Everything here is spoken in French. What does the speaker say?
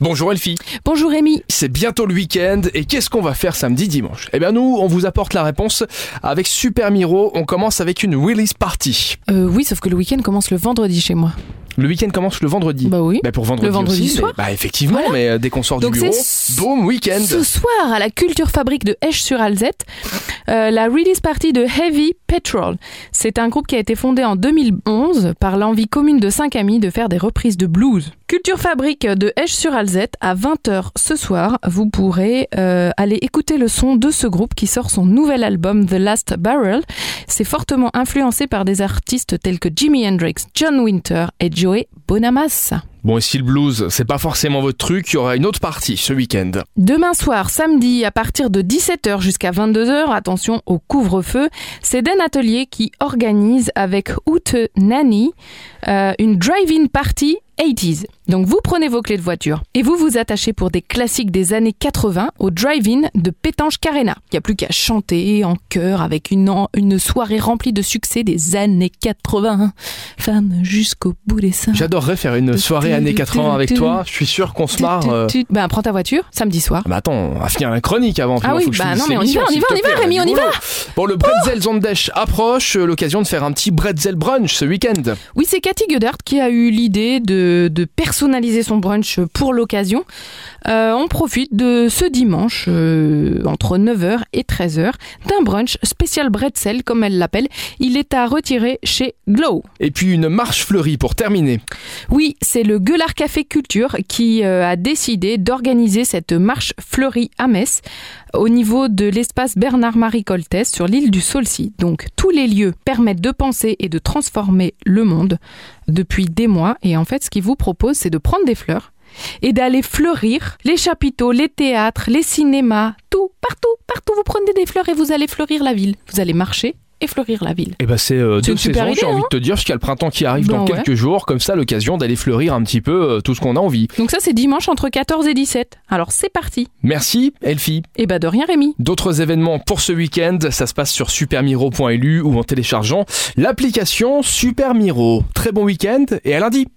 Bonjour Elfie, Bonjour Rémi. c'est bientôt le week-end et qu'est-ce qu'on va faire samedi dimanche Eh bien nous, on vous apporte la réponse avec Super Miro, on commence avec une release party. Euh, oui, sauf que le week-end commence le vendredi chez moi. Le week-end commence le vendredi. Bah oui. Mais pour vendredi, Le vendredi aussi, soir. mais- bah effectivement, mais euh, dès qu'on sort Donc du c'est bureau, ce- boum, week-end. Ce soir, à la Culture Fabrique de Esch-sur-Alzette, euh, la release party de Heavy Petrol. C'est un groupe qui a été fondé en 2011 par l'envie commune de cinq amis de faire des reprises de blues. Culture Fabrique de Esch-sur-Alzette, à 20h ce soir, vous pourrez euh, aller écouter le son de ce groupe qui sort son nouvel album The Last Barrel. C'est fortement influencé par des artistes tels que Jimi Hendrix, John Winter et Joey Bonamassa. Bon et si le blues, c'est pas forcément votre truc, il y aura une autre partie ce week-end. Demain soir, samedi, à partir de 17h jusqu'à 22h, attention au couvre-feu, c'est Den Atelier qui organise avec Ute Nani euh, une drive-in party 80s. Donc vous prenez vos clés de voiture et vous vous attachez pour des classiques des années 80 au drive-in de Pétanche Carena. Il n'y a plus qu'à chanter en chœur avec une, en- une soirée remplie de succès des années 80. Femme jusqu'au bout des seins. J'adorerais faire une soirée années 80 avec toi, je suis sûr qu'on se marre. euh. Tu- tu- Ben, prends ta voiture samedi soir. Ah bah attends, on va finir la chronique avant. Ah Moi, oui, faut que je bah finisse non, mais on y l'émission, va, on y s'il va, te on y plaît, va, Rémi, on y rigolo. va. Oh Bon, le Bretzel Zondesh approche, euh, l'occasion de faire un petit Bretzel brunch ce week-end. Oui, c'est Cathy Goedert qui a eu l'idée de, de personnaliser son brunch pour l'occasion. Euh, on profite de ce dimanche, euh, entre 9h et 13h, d'un brunch spécial bretzel, comme elle l'appelle. Il est à retirer chez Glow. Et puis une marche fleurie pour terminer. Oui, c'est le Gueulard Café Culture qui euh, a décidé d'organiser cette marche fleurie à Metz au niveau de l'espace Bernard-Marie Coltès sur l'île du Saulcy. Donc tous les lieux permettent de penser et de transformer le monde depuis des mois. Et en fait, ce qu'ils vous proposent, c'est de prendre des fleurs et d'aller fleurir les chapiteaux, les théâtres, les cinémas, tout, partout, partout. Vous prenez des fleurs et vous allez fleurir la ville. Vous allez marcher et fleurir la ville. Et bah c'est euh, C'est deux une super saisons, idée, j'ai envie de te dire, parce qu'il y a le printemps qui arrive dans Ben ouais. quelques jours, comme ça l'occasion d'aller fleurir un petit peu euh, tout ce qu'on a envie. Donc ça, c'est dimanche entre 14 et 17. Alors c'est parti. Merci Elfie. Et bah de rien Rémi. D'autres événements pour ce week-end, ça se passe sur supermiro.lu ou en téléchargeant l'application Super Miro. Très bon week-end et à lundi